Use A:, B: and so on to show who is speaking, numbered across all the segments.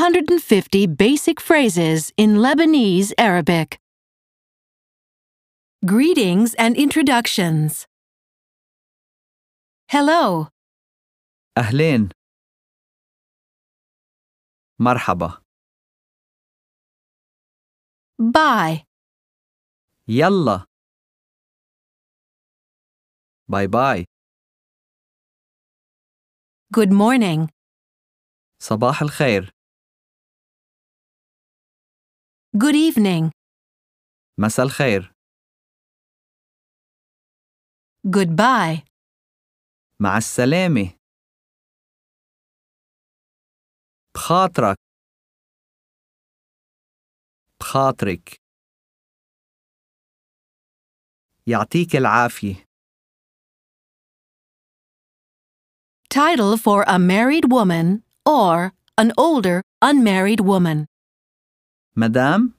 A: 250 basic phrases in Lebanese Arabic. Greetings and introductions. Hello,
B: أهلين مرحبا
A: bye,
B: يلا باي باي
A: good morning,
B: صباح الخير
A: good evening,
B: مساء الخير
A: goodbye,
B: مع السلامة بخاطرك بخاطرك يعطيك العافية
A: title for a married woman or an older unmarried woman.
B: مدام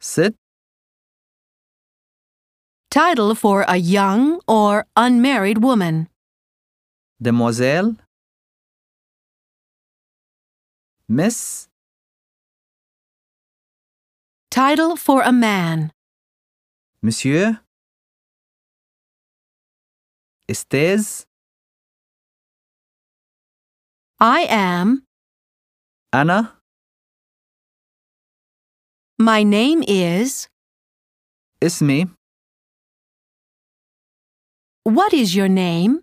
B: ست
A: Title for a young or unmarried woman.
B: demoiselle miss
A: Title for a man.
B: monsieur استاذ
A: I am,
B: انا
A: my name is,
B: اسمي
A: what is your name?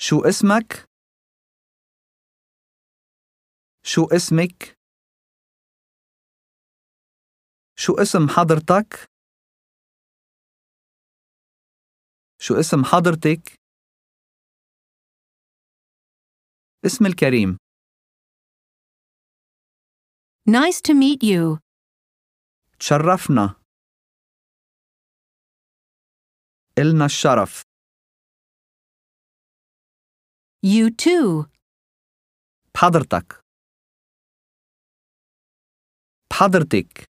B: شو اسمك شو اسمك شو اسم حضرتك شو اسم حضرتك اسم الكريم
A: Nice to meet you.
B: تشرفنا إلنا الشرف
A: You too.
B: بحضرتك بحضرتك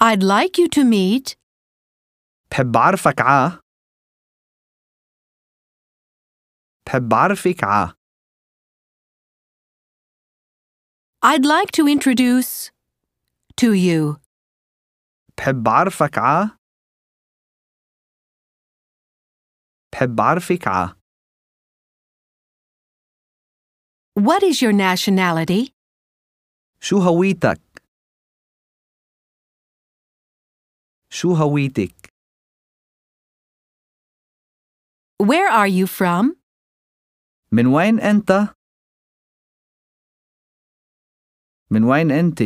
A: I'd like you to meet.
B: بحب عرفك عا بحب عرفك عا
A: I'd like to introduce to you.
B: بحب عرفك عا بحب عرفك عا
A: What is your nationality?
B: شو هويتك شو هويتك
A: Where are you from?
B: من وين انت من وين انت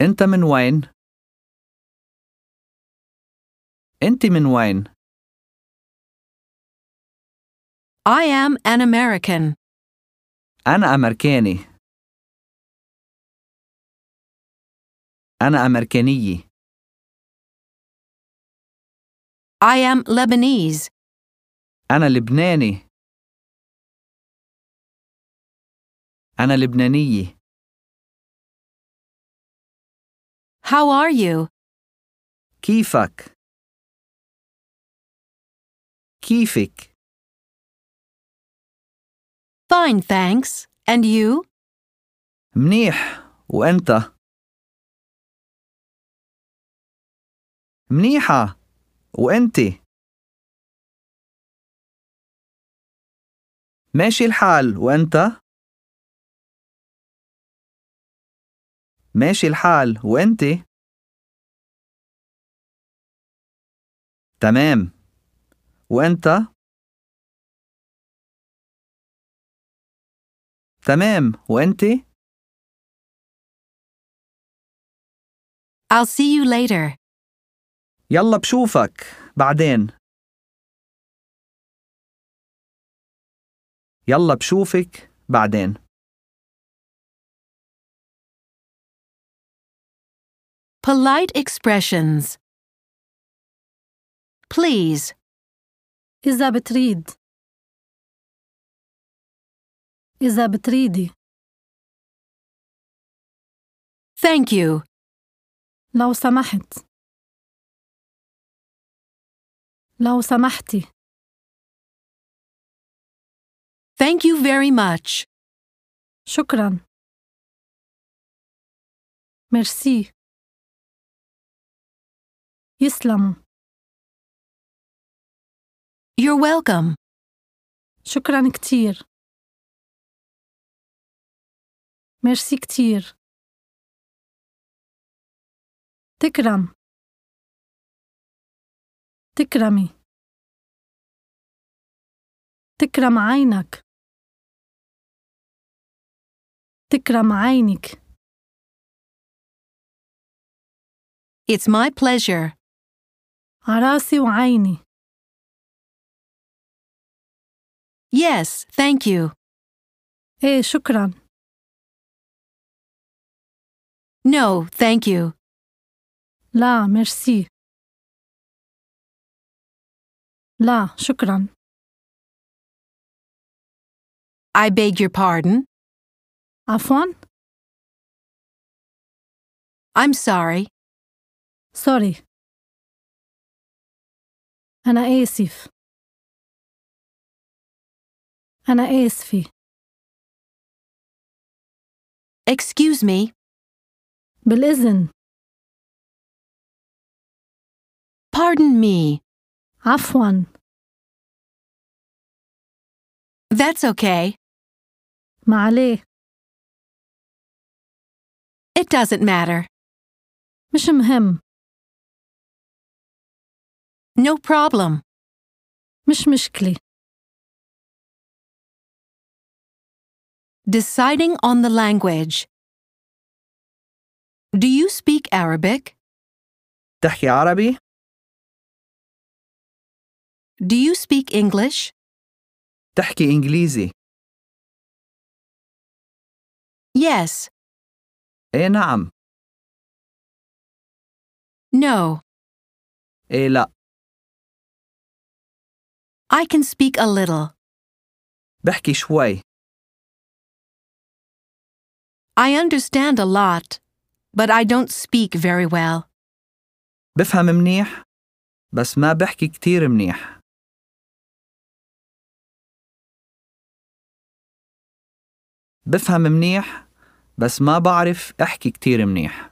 B: انت من وين انت من وين
A: I am an American.
B: أنا أمريكاني أنا أمريكانية
A: I am Lebanese.
B: أنا لبناني أنا لبنانية
A: How are you?
B: كيفك كيفك
A: Fine, thanks. And you?
B: منيح وأنت منيحة وأنت ماشي الحال وأنت ماشي الحال وأنت تمام وأنت تمام وأنتِ
A: I'll see you later.
B: يلا بشوفك بعدين يلا بشوفك بعدين
A: Polite expressions. Please.
C: إذا بتريد إذا بتريدي
A: Thank you.
C: لو سمحت لو سمحتي
A: Thank you very much.
C: شكرا ميرسي يسلموا
A: You're welcome.
C: شكرا كتير ميرسي كتير تكرم تكرمي تكرم عينك تكرم عينك
A: It's my pleasure.
C: عراسي وعيني
A: Yes, thank you.
C: ايه شكرا
A: No, thank you.
C: لا ميرسي لا شكرا
A: I beg your pardon.
C: عفوا
A: I'm sorry.
C: سوري أنا آسف أنا آسفة
A: Excuse me.
C: بالإذن
A: Pardon me.
C: عفوا
A: That's okay.
C: معليه
A: It doesn't matter.
C: مش مهم
A: No problem.
C: مش مشكلة
A: Deciding on the language. Do you speak Arabic?
B: تحكي عربي؟
A: Do you speak English?
B: تحكي إنجليزي؟
A: Yes.
B: إيه نعم
A: No.
B: إيه لا
A: I can speak a little.
B: بحكي شوي
A: I understand a lot, but I don't speak very well.
B: بفهم منيح بس ما بحكي كتير منيح بفهم منيح بس ما بعرف أحكي كتير منيح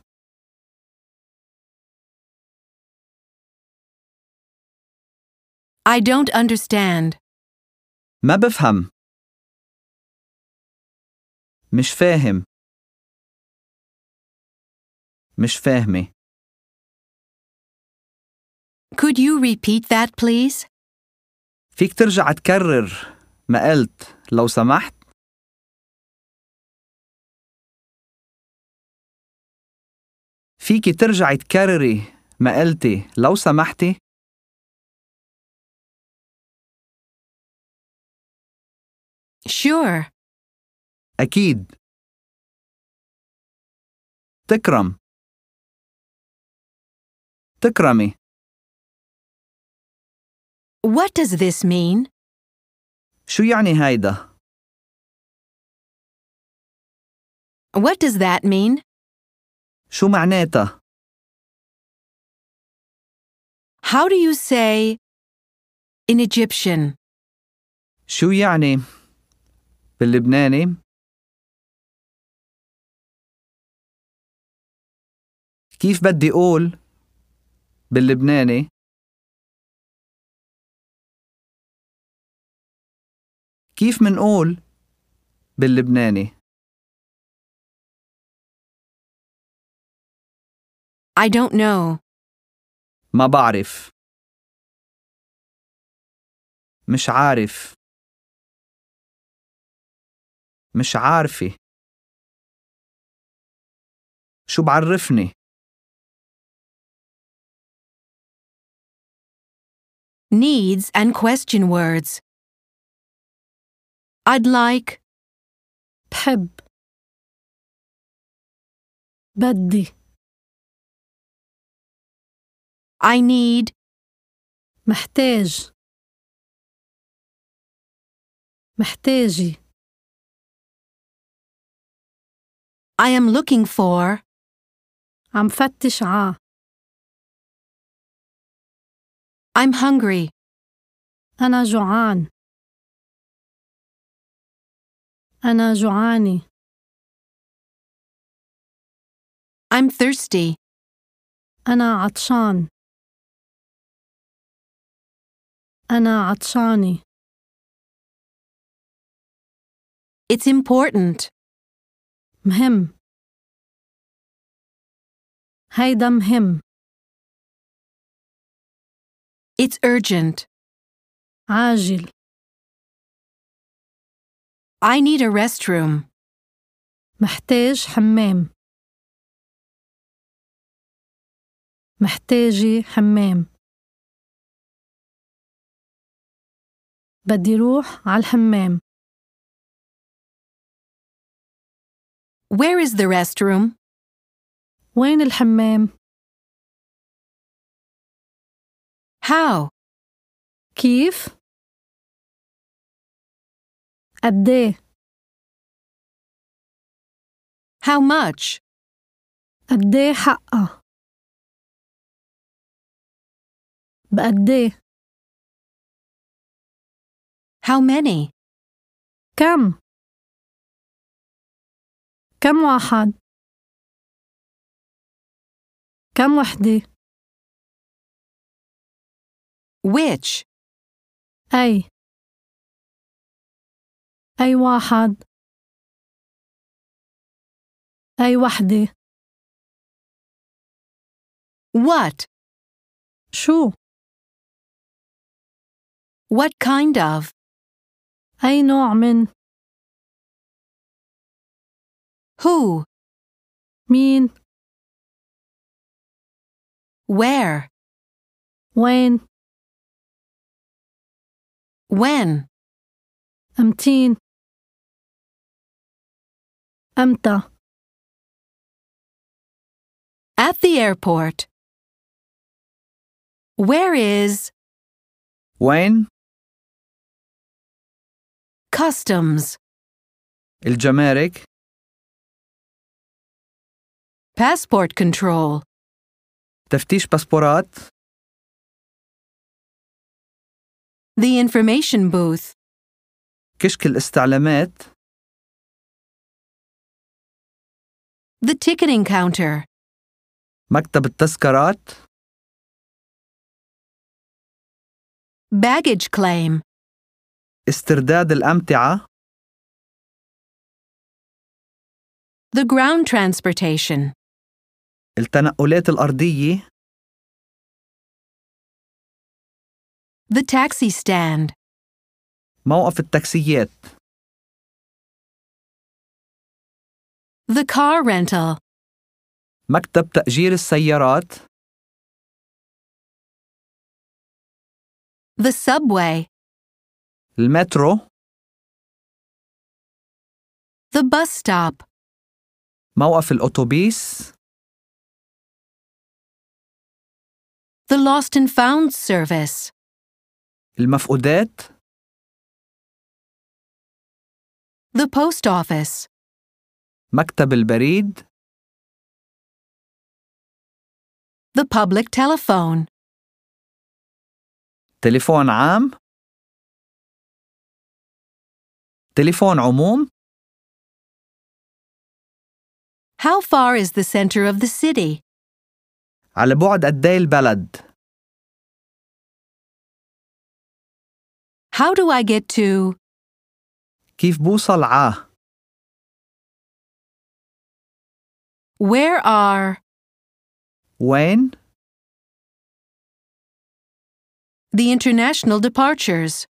A: I don't understand.
B: ما بفهم مش فاهم مش فاهمة
A: Could you repeat that, please?
B: فيك ترجع تكرر ما قلت لو سمحت فيكي ترجعي تكرري ما قلتي لو سمحتي
A: Sure.
B: أكيد تكرم تكرمي
A: What does this mean?
B: شو يعني هيدا؟
A: What does that mean?
B: شو معناتها؟
A: How do you say in Egyptian?
B: شو يعني؟ باللبناني كيف بدي أقول باللبناني كيف منقول باللبناني
A: I don't know.
B: ما بعرف مش عارف مش عارفة شو بعرفني
A: Needs and question words. I'd like,
C: بحب بدي
A: I need,
C: محتاج محتاجة
A: I am looking for,
C: عم فتش عا
A: I'm hungry.
C: أنا جوعان أنا جوعانة
A: I'm thirsty.
C: أنا عطشان أنا عطشانة
A: It's important.
C: مهم هيدا مهم
A: It's urgent.
C: عاجل
A: I need a restroom.
C: محتاج حمام محتاجة حمام بدي روح على الحمام
A: Where is the restroom?
C: وين الحمام
A: How?
C: كيف قديه
A: How much?
C: قديه حقها بقديه
A: How many?
C: كم كم واحد كم وحدة
A: Which?
C: أي أي واحد أي وحدة
A: What?
C: شو
A: What kind of?
C: أي نوع من
A: Who?
C: مين
A: Where?
C: وين
A: When?
C: أمتين أمتى
A: At the airport. Where is
B: وين؟
A: customs?
B: الجمارك؟
A: Passport control.
B: تفتيش باسبورات؟
A: The information booth.
B: كشك الاستعلامات؟
A: The ticketing counter.
B: مكتب التذكرات؟
A: Baggage claim.
B: استرداد الأمتعة؟
A: The ground transportation.
B: التنقلات الأرضية؟
A: The taxi stand.
B: موقف التاكسيات؟
A: The car rental.
B: مكتب تأجير السيارات؟
A: The subway.
B: المترو؟
A: The bus stop.
B: موقف الأوتوبيس؟
A: The lost and found service.
B: المفقودات؟
A: The post office.
B: مكتب البريد؟
A: The public telephone.
B: تليفون عام؟ تليفون عموم؟
A: How far is the center of the city?
B: على بعد قدي البلد؟
A: How do I get to?
B: كيف بوصل آه. عاه؟
A: Where are?
B: وين؟
A: The international departures.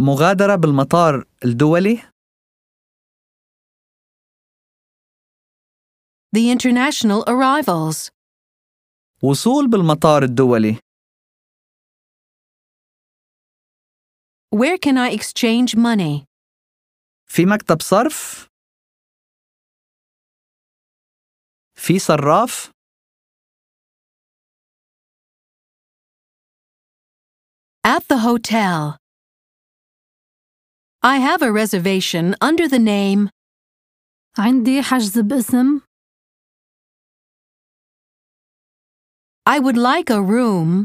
B: مغادرة بالمطار الدولي؟
A: The international arrivals.
B: وصول بالمطار الدولي
A: Where can I exchange money?
B: في مكتب صرف؟ في صراف؟
A: At the hotel. I have a reservation under the name.
C: عندي حجز باسم
A: I would like a room.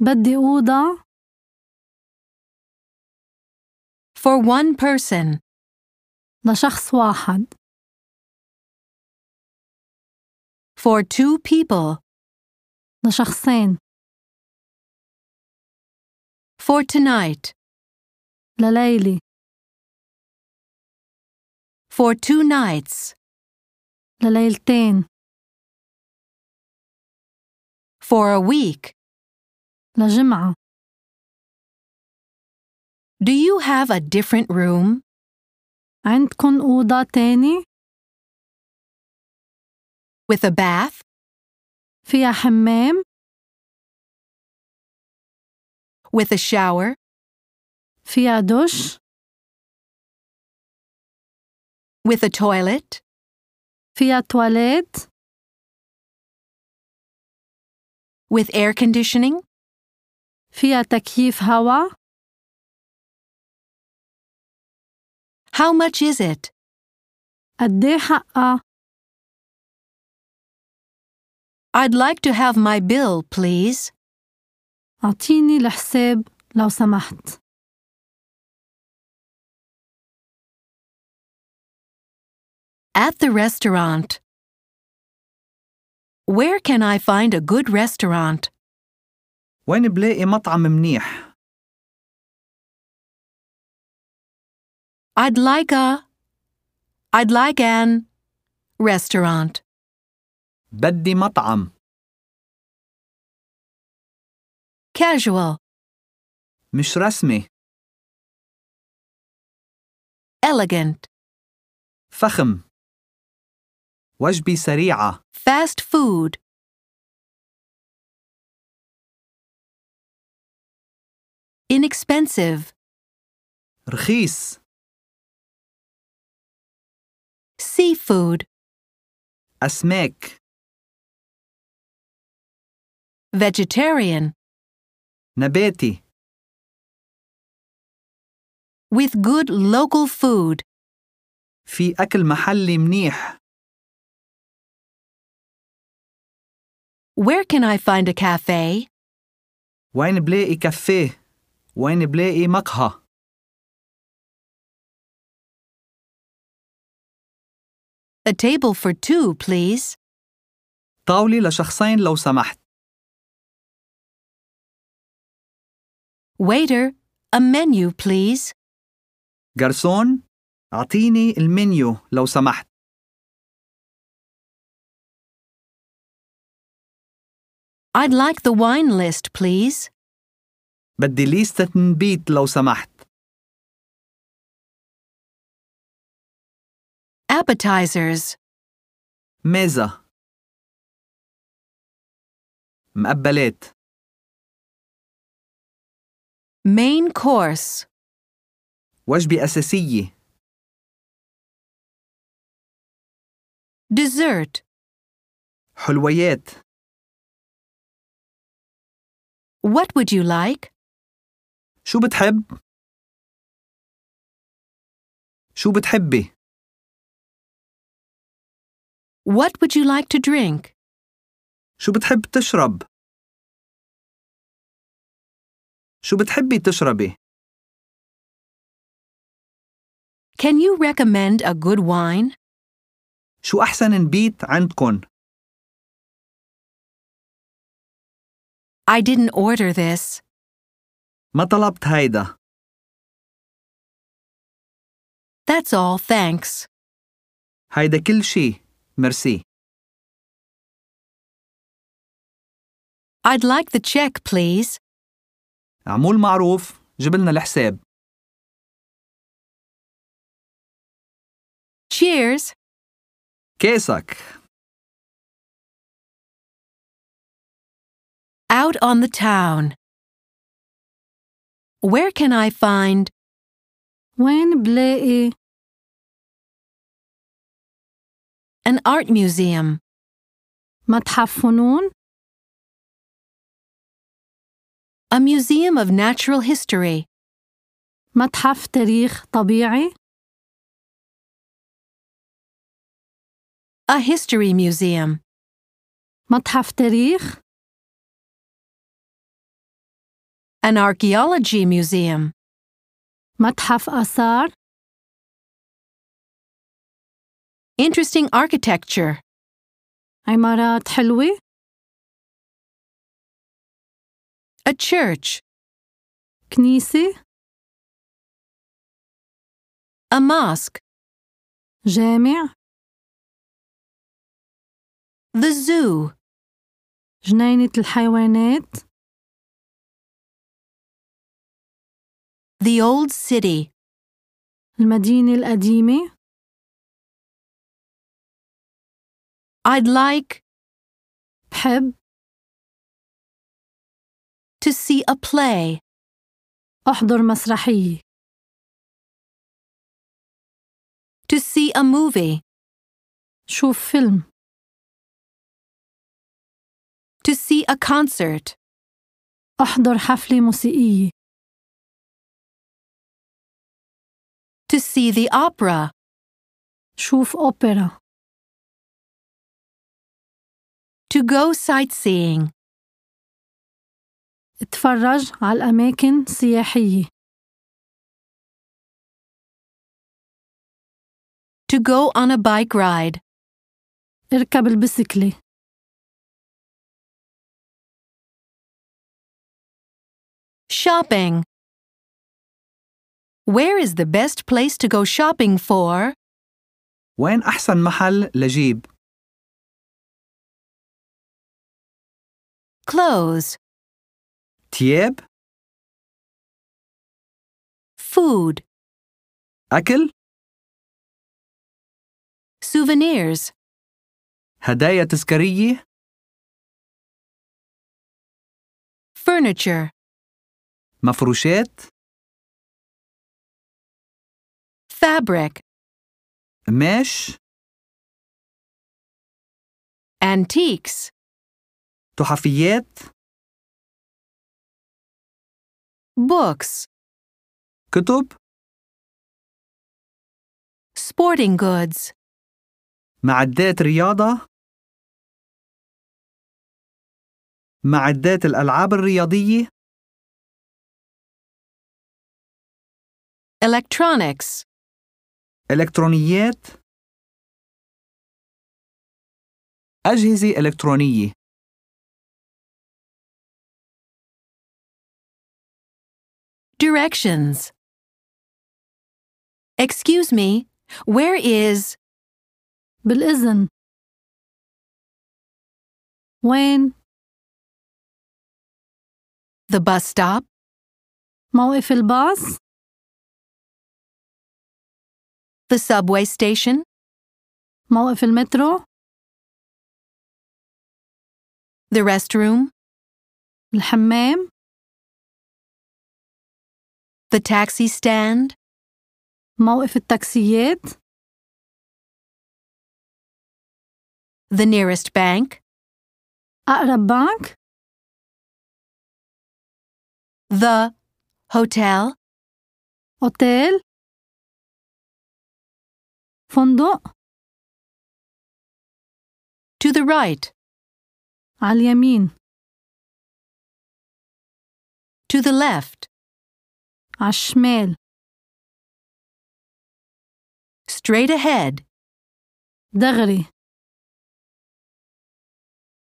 C: بدي أوضة
A: For one person.
C: لشخص واحد
A: For two people.
C: لشخصين
A: For tonight.
C: لليلة
A: For two nights.
C: لليلتين
A: For a week.
C: لجمعة
A: Do you have a different room?
C: عندكن أوضة تاني
A: With a bath?
C: فيها حمام
A: With a shower?
C: فيها دش
A: With a toilet?
C: فيها تواليت
A: With air conditioning?
C: فيها تكييف هوا
A: How much is it?
C: قديه إيه حقها
A: I'd like to have my bill, please.
C: أعطيني الحساب لو سمحت
A: At the restaurant. Where can I find a good restaurant?
B: وين بلاقي مطعم منيح؟
A: I'd like a. I'd like an. Restaurant.
B: بدي مطعم
A: Casual.
B: مش رسمي
A: Elegant.
B: فخم وجبة سريعة
A: Fast food. Inexpensive.
B: رخيص
A: Seafood.
B: أسماك
A: Vegetarian.
B: نباتي
A: With good local food.
B: في أكل محلي منيح
A: Where can I find a cafe?
B: وين بلاقي كافيه وين بلاقي مقهى
A: A table for two, please.
B: طاولة لشخصين لو سمحت
A: Waiter, a menu, please.
B: جرسون أعطيني المنيو لو سمحت
A: I'd like the wine list, please.
B: بدي ليستة نبيت لو سمحت
A: Appetizers.
B: ميزة مقبلات
A: Main course.
B: وجبة أساسية
A: Dessert.
B: حلويات
A: What would you like?
B: شو بتحب؟ شو بتحبي؟
A: What would you like to drink?
B: شو بتحب تشرب؟ شو بتحبي تشربي؟
A: Can you recommend a good wine?
B: شو أحسن نبيت عندكن؟
A: I didn't order this.
B: ما طلبت هيدا
A: That's all, thanks.
B: هيدا كل شي مرسي
A: I'd like the check, please.
B: عمول معروف جبلنا الحساب
A: Cheers.
B: كيسك
A: Out on the town. Where can I find
C: وين بلاقي
A: an art museum?
C: متحف فنون
A: A museum of natural history.
C: متحف تاريخ طبيعي
A: A history museum.
C: متحف تاريخ
A: An archaeology museum.
C: متحف آثار
A: Interesting architecture.
C: عمارات حلوة
A: A church.
C: كنيسة
A: A mosque.
C: جامع
A: The zoo.
C: جنينة الحيوانات
A: The old city.
C: المدينة القديمة
A: I'd like
C: بحب
A: to see a play.
C: أحضر مسرحية
A: To see a movie.
C: شوف فيلم
A: To see a concert.
C: أحضر حفلة موسيقية
A: To see the opera.
C: شوف أوبرا
A: To go sightseeing.
C: اتفرج على الأماكن السياحية
A: To go on a bike ride.
C: اركب البسكلة
A: Shopping. Where is the best place to go shopping for?
B: وين أحسن محل لجيب
A: Clothes.
B: تياب
A: Food.
B: أكل
A: Souvenirs.
B: هدايا تذكارية
A: Furniture.
B: مفروشات
A: Fabric.
B: قماش
A: Antiques.
B: تحفيات
A: Books.
B: كتب
A: Sporting goods.
B: معدات رياضة معدات الألعاب الرياضية
A: Electronics.
B: إلكترونيات أجهزة إلكترونية
A: Directions. Excuse me, where is
C: بالإذن وين
A: the bus stop?
C: موقف الباص
A: The subway station?
C: موقف المترو
A: The restroom?
C: الحمام
A: The taxi stand?
C: موقف التاكسيات
A: The nearest bank?
C: أقرب بنك
A: The hotel?
C: أوتيل فندق
A: To the right?
C: على اليمين
A: To the left?
C: على الشمال
A: Straight ahead?
C: دغري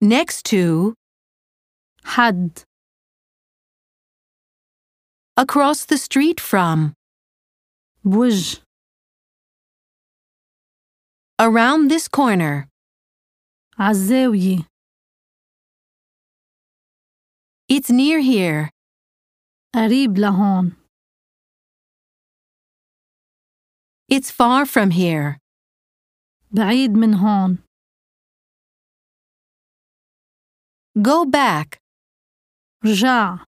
A: Next to?
C: حد
A: Across the street from?
C: بوج
A: Around this corner?
C: عالزاوية
A: It's near here.
C: قريب لهون
A: It's far from here.
C: بعيد من هون
A: Go back.
C: رجع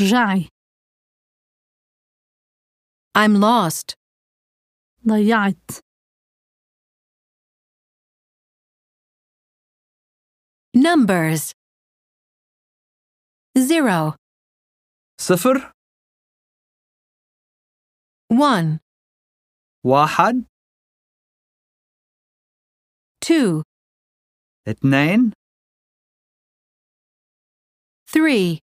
C: رجعي
A: I'm lost.
C: ضيعت
A: Numbers. Zero,
B: صفر
A: one,
B: واحد
A: two,
B: اثنين
A: three,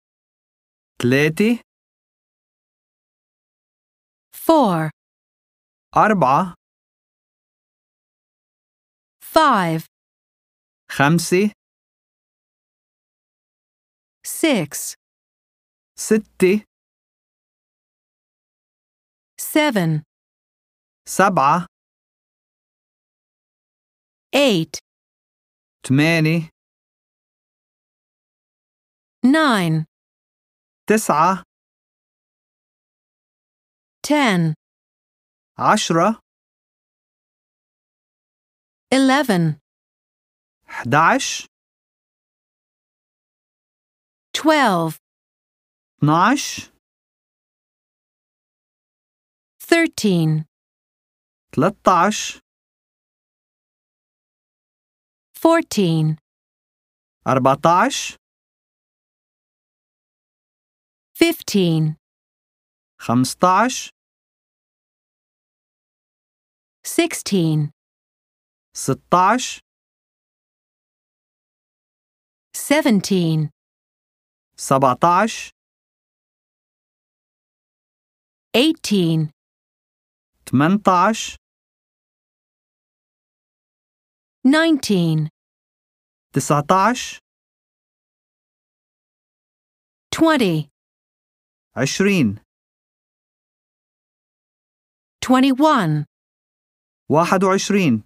B: ثلاثة
A: four,
B: أربعة
A: five,
B: خمسة
A: six,
B: ستة
A: seven,
B: سبعة
A: eight,
B: ثمانية
A: nine,
B: تسعة
A: ten,
B: عشرة
A: eleven,
B: 11
A: twelve,
B: 12
A: thirteen,
B: 13
A: fourteen,
B: 14
A: fifteen,
B: 15
A: sixteen,
B: 16
A: seventeen,
B: 17
A: eighteen,
B: 18
A: nineteen,
B: 19
A: twenty,
B: 20
A: twenty-one,
B: 21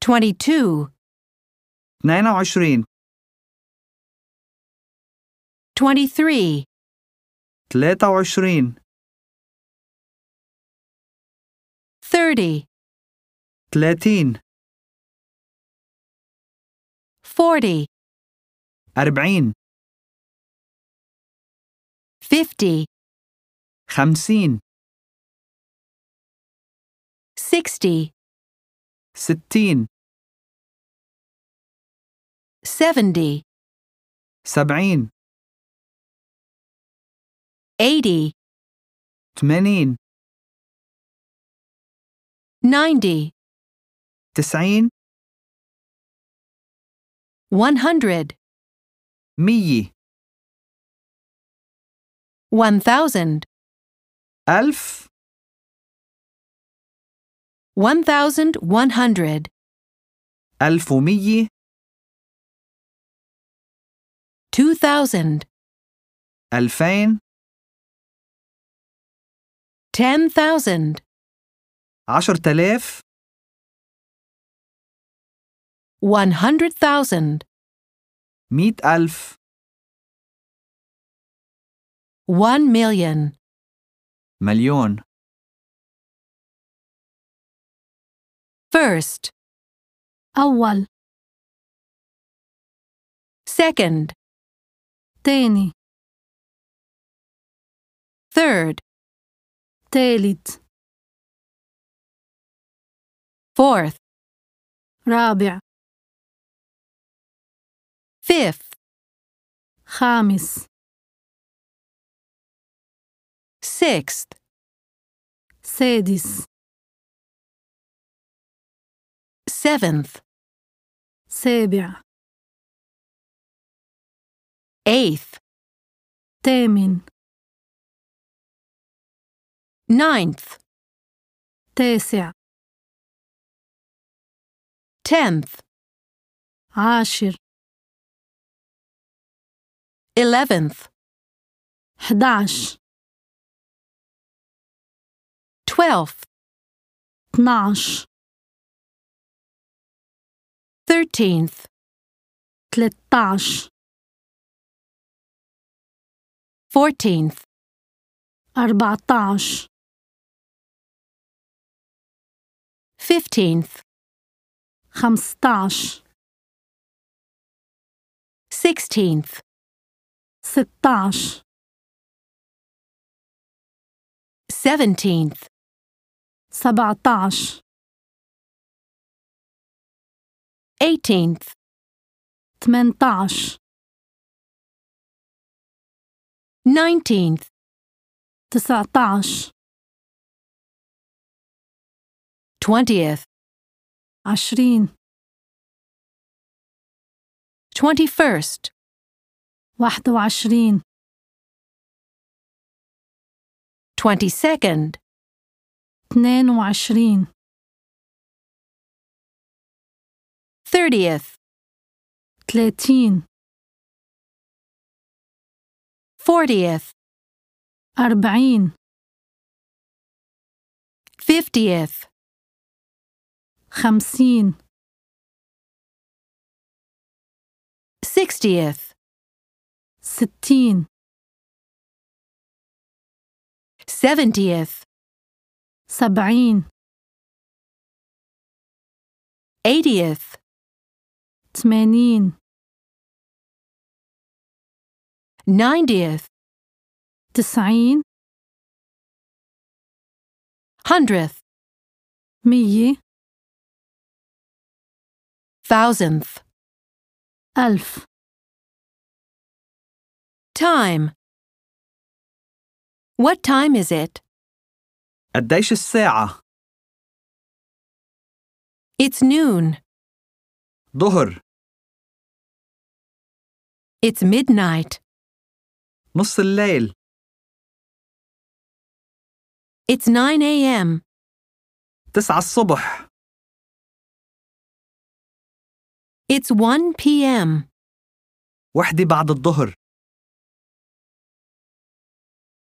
A: twenty-two,
B: 22
A: twenty-three,
B: 23
A: thirty,
B: 30
A: forty,
B: 40
A: fifty,
B: 50
A: sixty,
B: 60
A: seventy,
B: 70
A: eighty,
B: 80
A: ninety,
B: 90
A: one hundred,
B: 100
A: one thousand,
B: 1000
A: one thousand one hundred,
B: 1100
A: two thousand,
B: 2000
A: ten thousand,
B: 10000
A: one hundred thousand,
B: 100000
A: one million.
B: مليون
A: First,
C: أول
A: second,
C: تاني
A: third,
C: تالت
A: fourth,
C: رابع
A: fifth,
C: خامس
A: sixth,
C: سادس
A: seventh,
C: سابع
A: eighth,
C: تامن
A: ninth,
C: تاسع
A: tenth,
C: عاشر
A: eleventh,
C: 11
A: twelfth,
C: 12
A: thirteenth,
C: 13
A: fourteenth,
C: 14
A: fifteenth,
C: 15
A: sixteenth,
C: 16
A: seventeenth,
C: 17
A: eighteenth,
C: 18
A: nineteenth,
C: 19
A: twentieth,
C: 20
A: twenty first,
C: 21
A: twenty second,
C: 22
A: 30th,
C: تلاتين
A: 40th,
C: أربعين
A: 50th,
C: خمسين
A: 60th,
C: ستين
A: 70th,
C: سبعين
A: 80th,
C: تمانين
A: 90th,
C: تسعين
A: 100th,
C: مية
A: 1000th.
C: ألف
A: Time. What time is it?
B: قديش الساعة؟
A: It's noon.
B: ظهر
A: It's midnight.
B: نص الليل
A: It's 9 a.m.
B: تسعة الصبح
A: It's 1 p.m.
B: وحدة بعد الظهر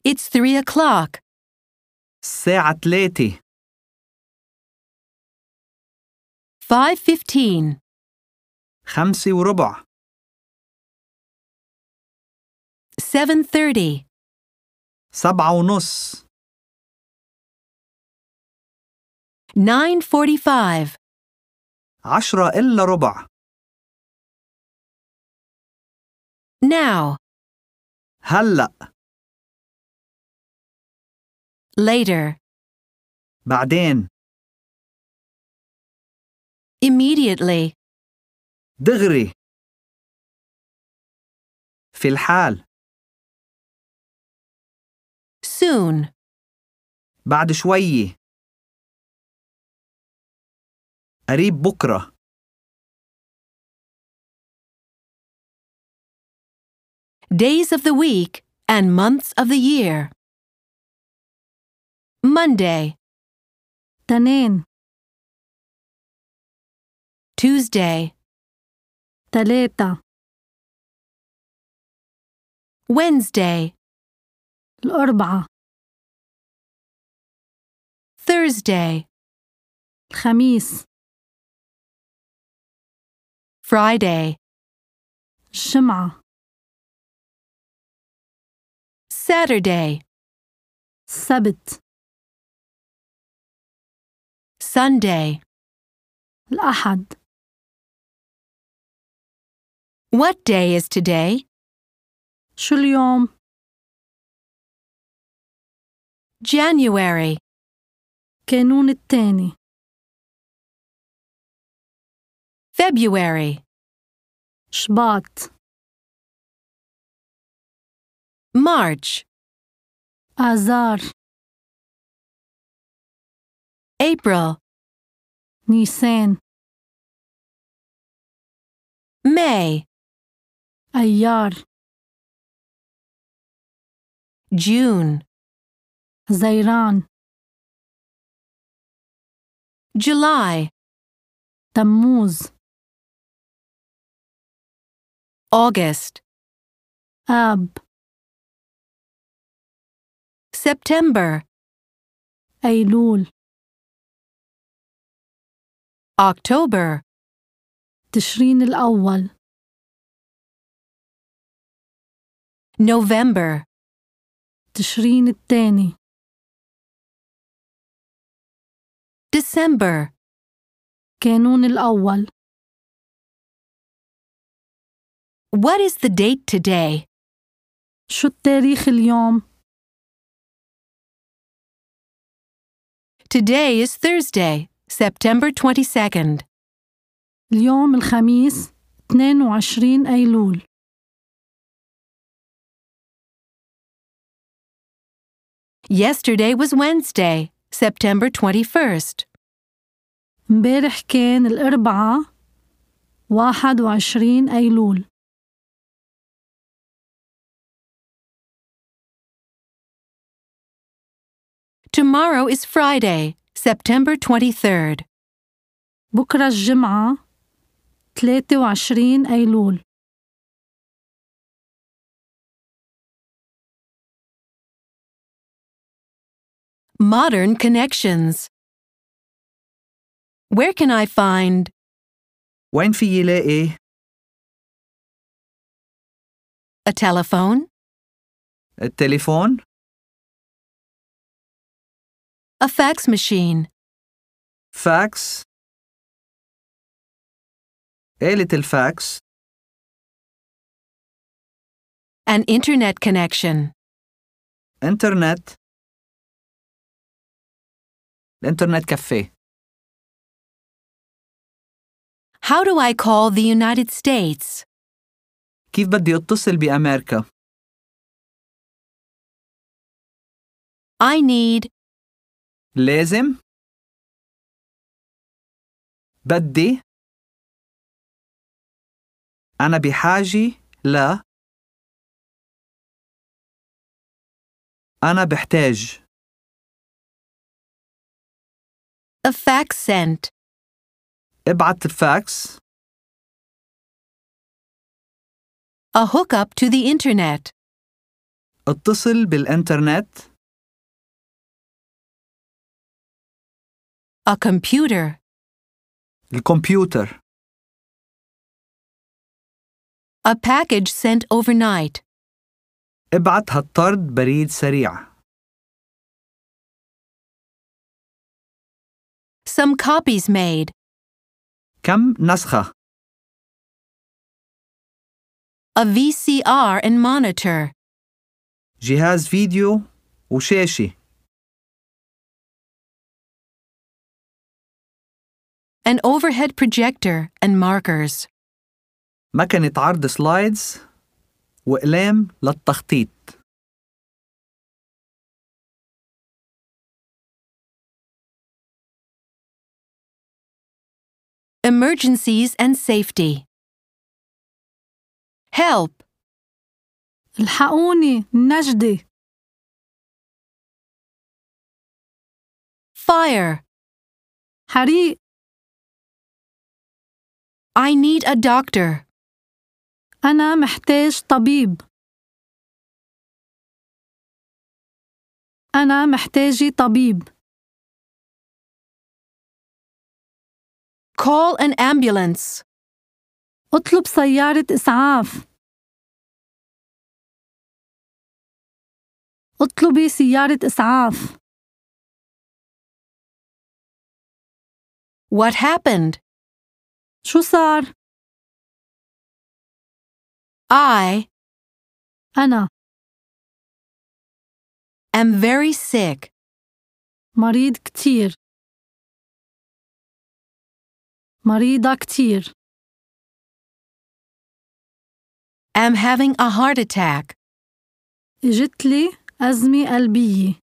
A: It's 3 o'clock.
B: الساعة تلاتة
A: 5:15.
B: خمسة وربع
A: 7:30.
B: سبعة ونص
A: 9:45.
B: عشرة إلا ربع
A: Now.
B: هلأ
A: Later.
B: بعدين
A: Immediately.
B: دغري في الحال
A: Soon.
B: بعد شوي قريب بكره
A: Days of the week and months of the year. Monday,
C: تنين
A: Tuesday,
C: تلاتة
A: Wednesday,
C: الأربعة
A: Thursday,
C: الخميس
A: Friday.
C: الجمعة
A: Saturday,
C: السبت
A: Sunday.
C: الأحد
A: What day is today?
C: شو اليوم؟
A: January,
C: كانون التاني
A: February,
C: شباط
A: March,
C: آذار
A: April,
C: نيسان
A: May,
C: أيار
A: June,
C: زيران
A: July,
C: تموز
A: August,
C: آب
A: September,
C: أيلول
A: October,
C: تشرين الأول
A: November,
C: تشرين التاني
A: December,
C: كانون الأول
A: What is the date today?
C: شو التاريخ اليوم؟
A: Today is Thursday, September 22nd.
C: اليوم الخميس 22 أيلول
A: Yesterday was Wednesday, September 21st.
C: مبارح كان الأربعة 21 أيلول
A: Tomorrow is Friday, September 23rd.
C: بكرة الجمعة 23 أيلول
A: Modern connections. Where can I find
B: وين فيي لاقي
A: a telephone,
B: التليفون
A: a fax machine,
B: فاكس آلة الفاكس
A: an internet connection,
B: إنترنت الإنترنت كافيه
A: How do I call the United States?
B: كيف بدي أتصل بأمريكا
A: I need
B: لازم بدي أنا بحاجة ل أنا بحتاج
A: a fax sent,
B: ابعت فاكس
A: a hookup to the internet,
B: اتصل بالإنترنت
A: a computer,
B: الكمبيوتر
A: a package sent overnight,
B: ابعت هالطرد بريد سريع
A: some copies made,
B: كم نسخة؟
A: a VCR and monitor,
B: جهاز فيديو وشاشة
A: an overhead projector and markers,
B: مكنة عرض سلايدز وأقلام للتخطيط
A: emergencies and safety. Help!
C: الحقوني النجدة
A: Fire!
C: حريق
A: I need a doctor.
C: أنا محتاج طبيب أنا محتاجة طبيب
A: Call an ambulance.
C: اطلب سيارة إسعاف اطلبي سيارة إسعاف
A: What happened?
C: شو صار؟
A: I
C: أنا
A: am very sick.
C: مريض كتير مريضة كتير
A: Am having a heart attack.
C: إجتلي أزمة قلبية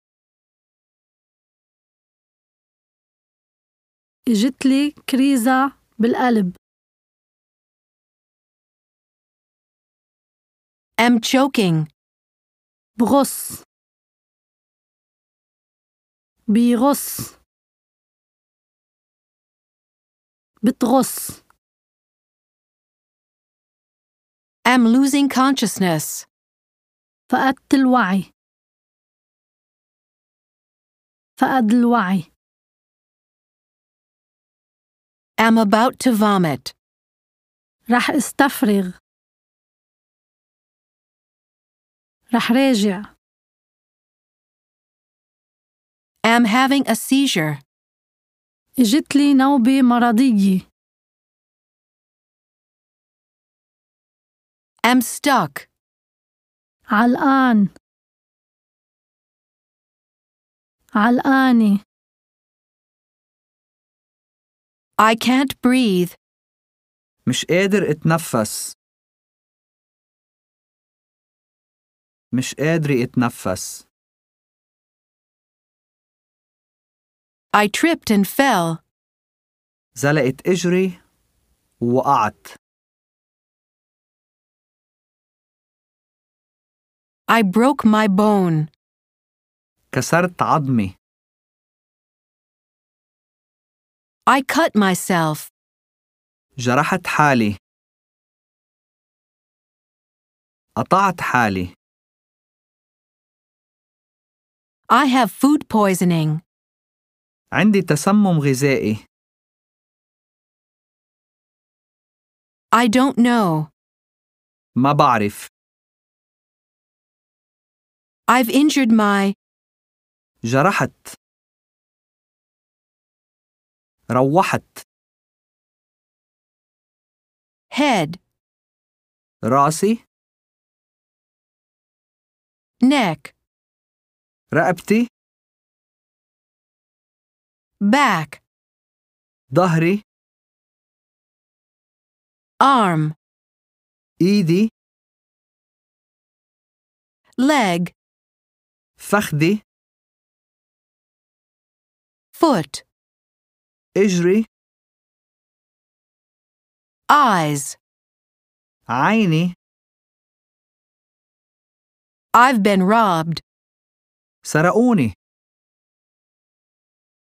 C: إجتلي كريزة بالقلب
A: Am choking.
C: بغص بيغص بتغص
A: Am losing consciousness.
C: فقدت الوعي فقد الوعي
A: Am about to vomit.
C: رح استفرغ رح راجع
A: Am having a seizure.
C: اجتلي نوبة مرضية
A: Am stuck.
C: علقان علقانة
A: I can't breathe.
B: مش قادر اتنفس مش قادرة اتنفس
A: I tripped and fell.
B: زلقت اجري ووقعت
A: I broke my bone.
B: كسرت عظمي
A: I cut myself.
B: جرحت حالي قطعت حالي
A: I have food poisoning.
B: عندي تسمم غذائي
A: I don't know.
B: ما بعرف
A: I've injured my.
B: جرحت روحت
A: head,
B: راسي
A: neck,
B: رقبتي
A: back,
B: ظهري
A: arm,
B: ايدي
A: leg,
B: فخدي
A: foot,
B: اجري
A: eyes.
B: عيني
A: I've been robbed.
B: سرقوني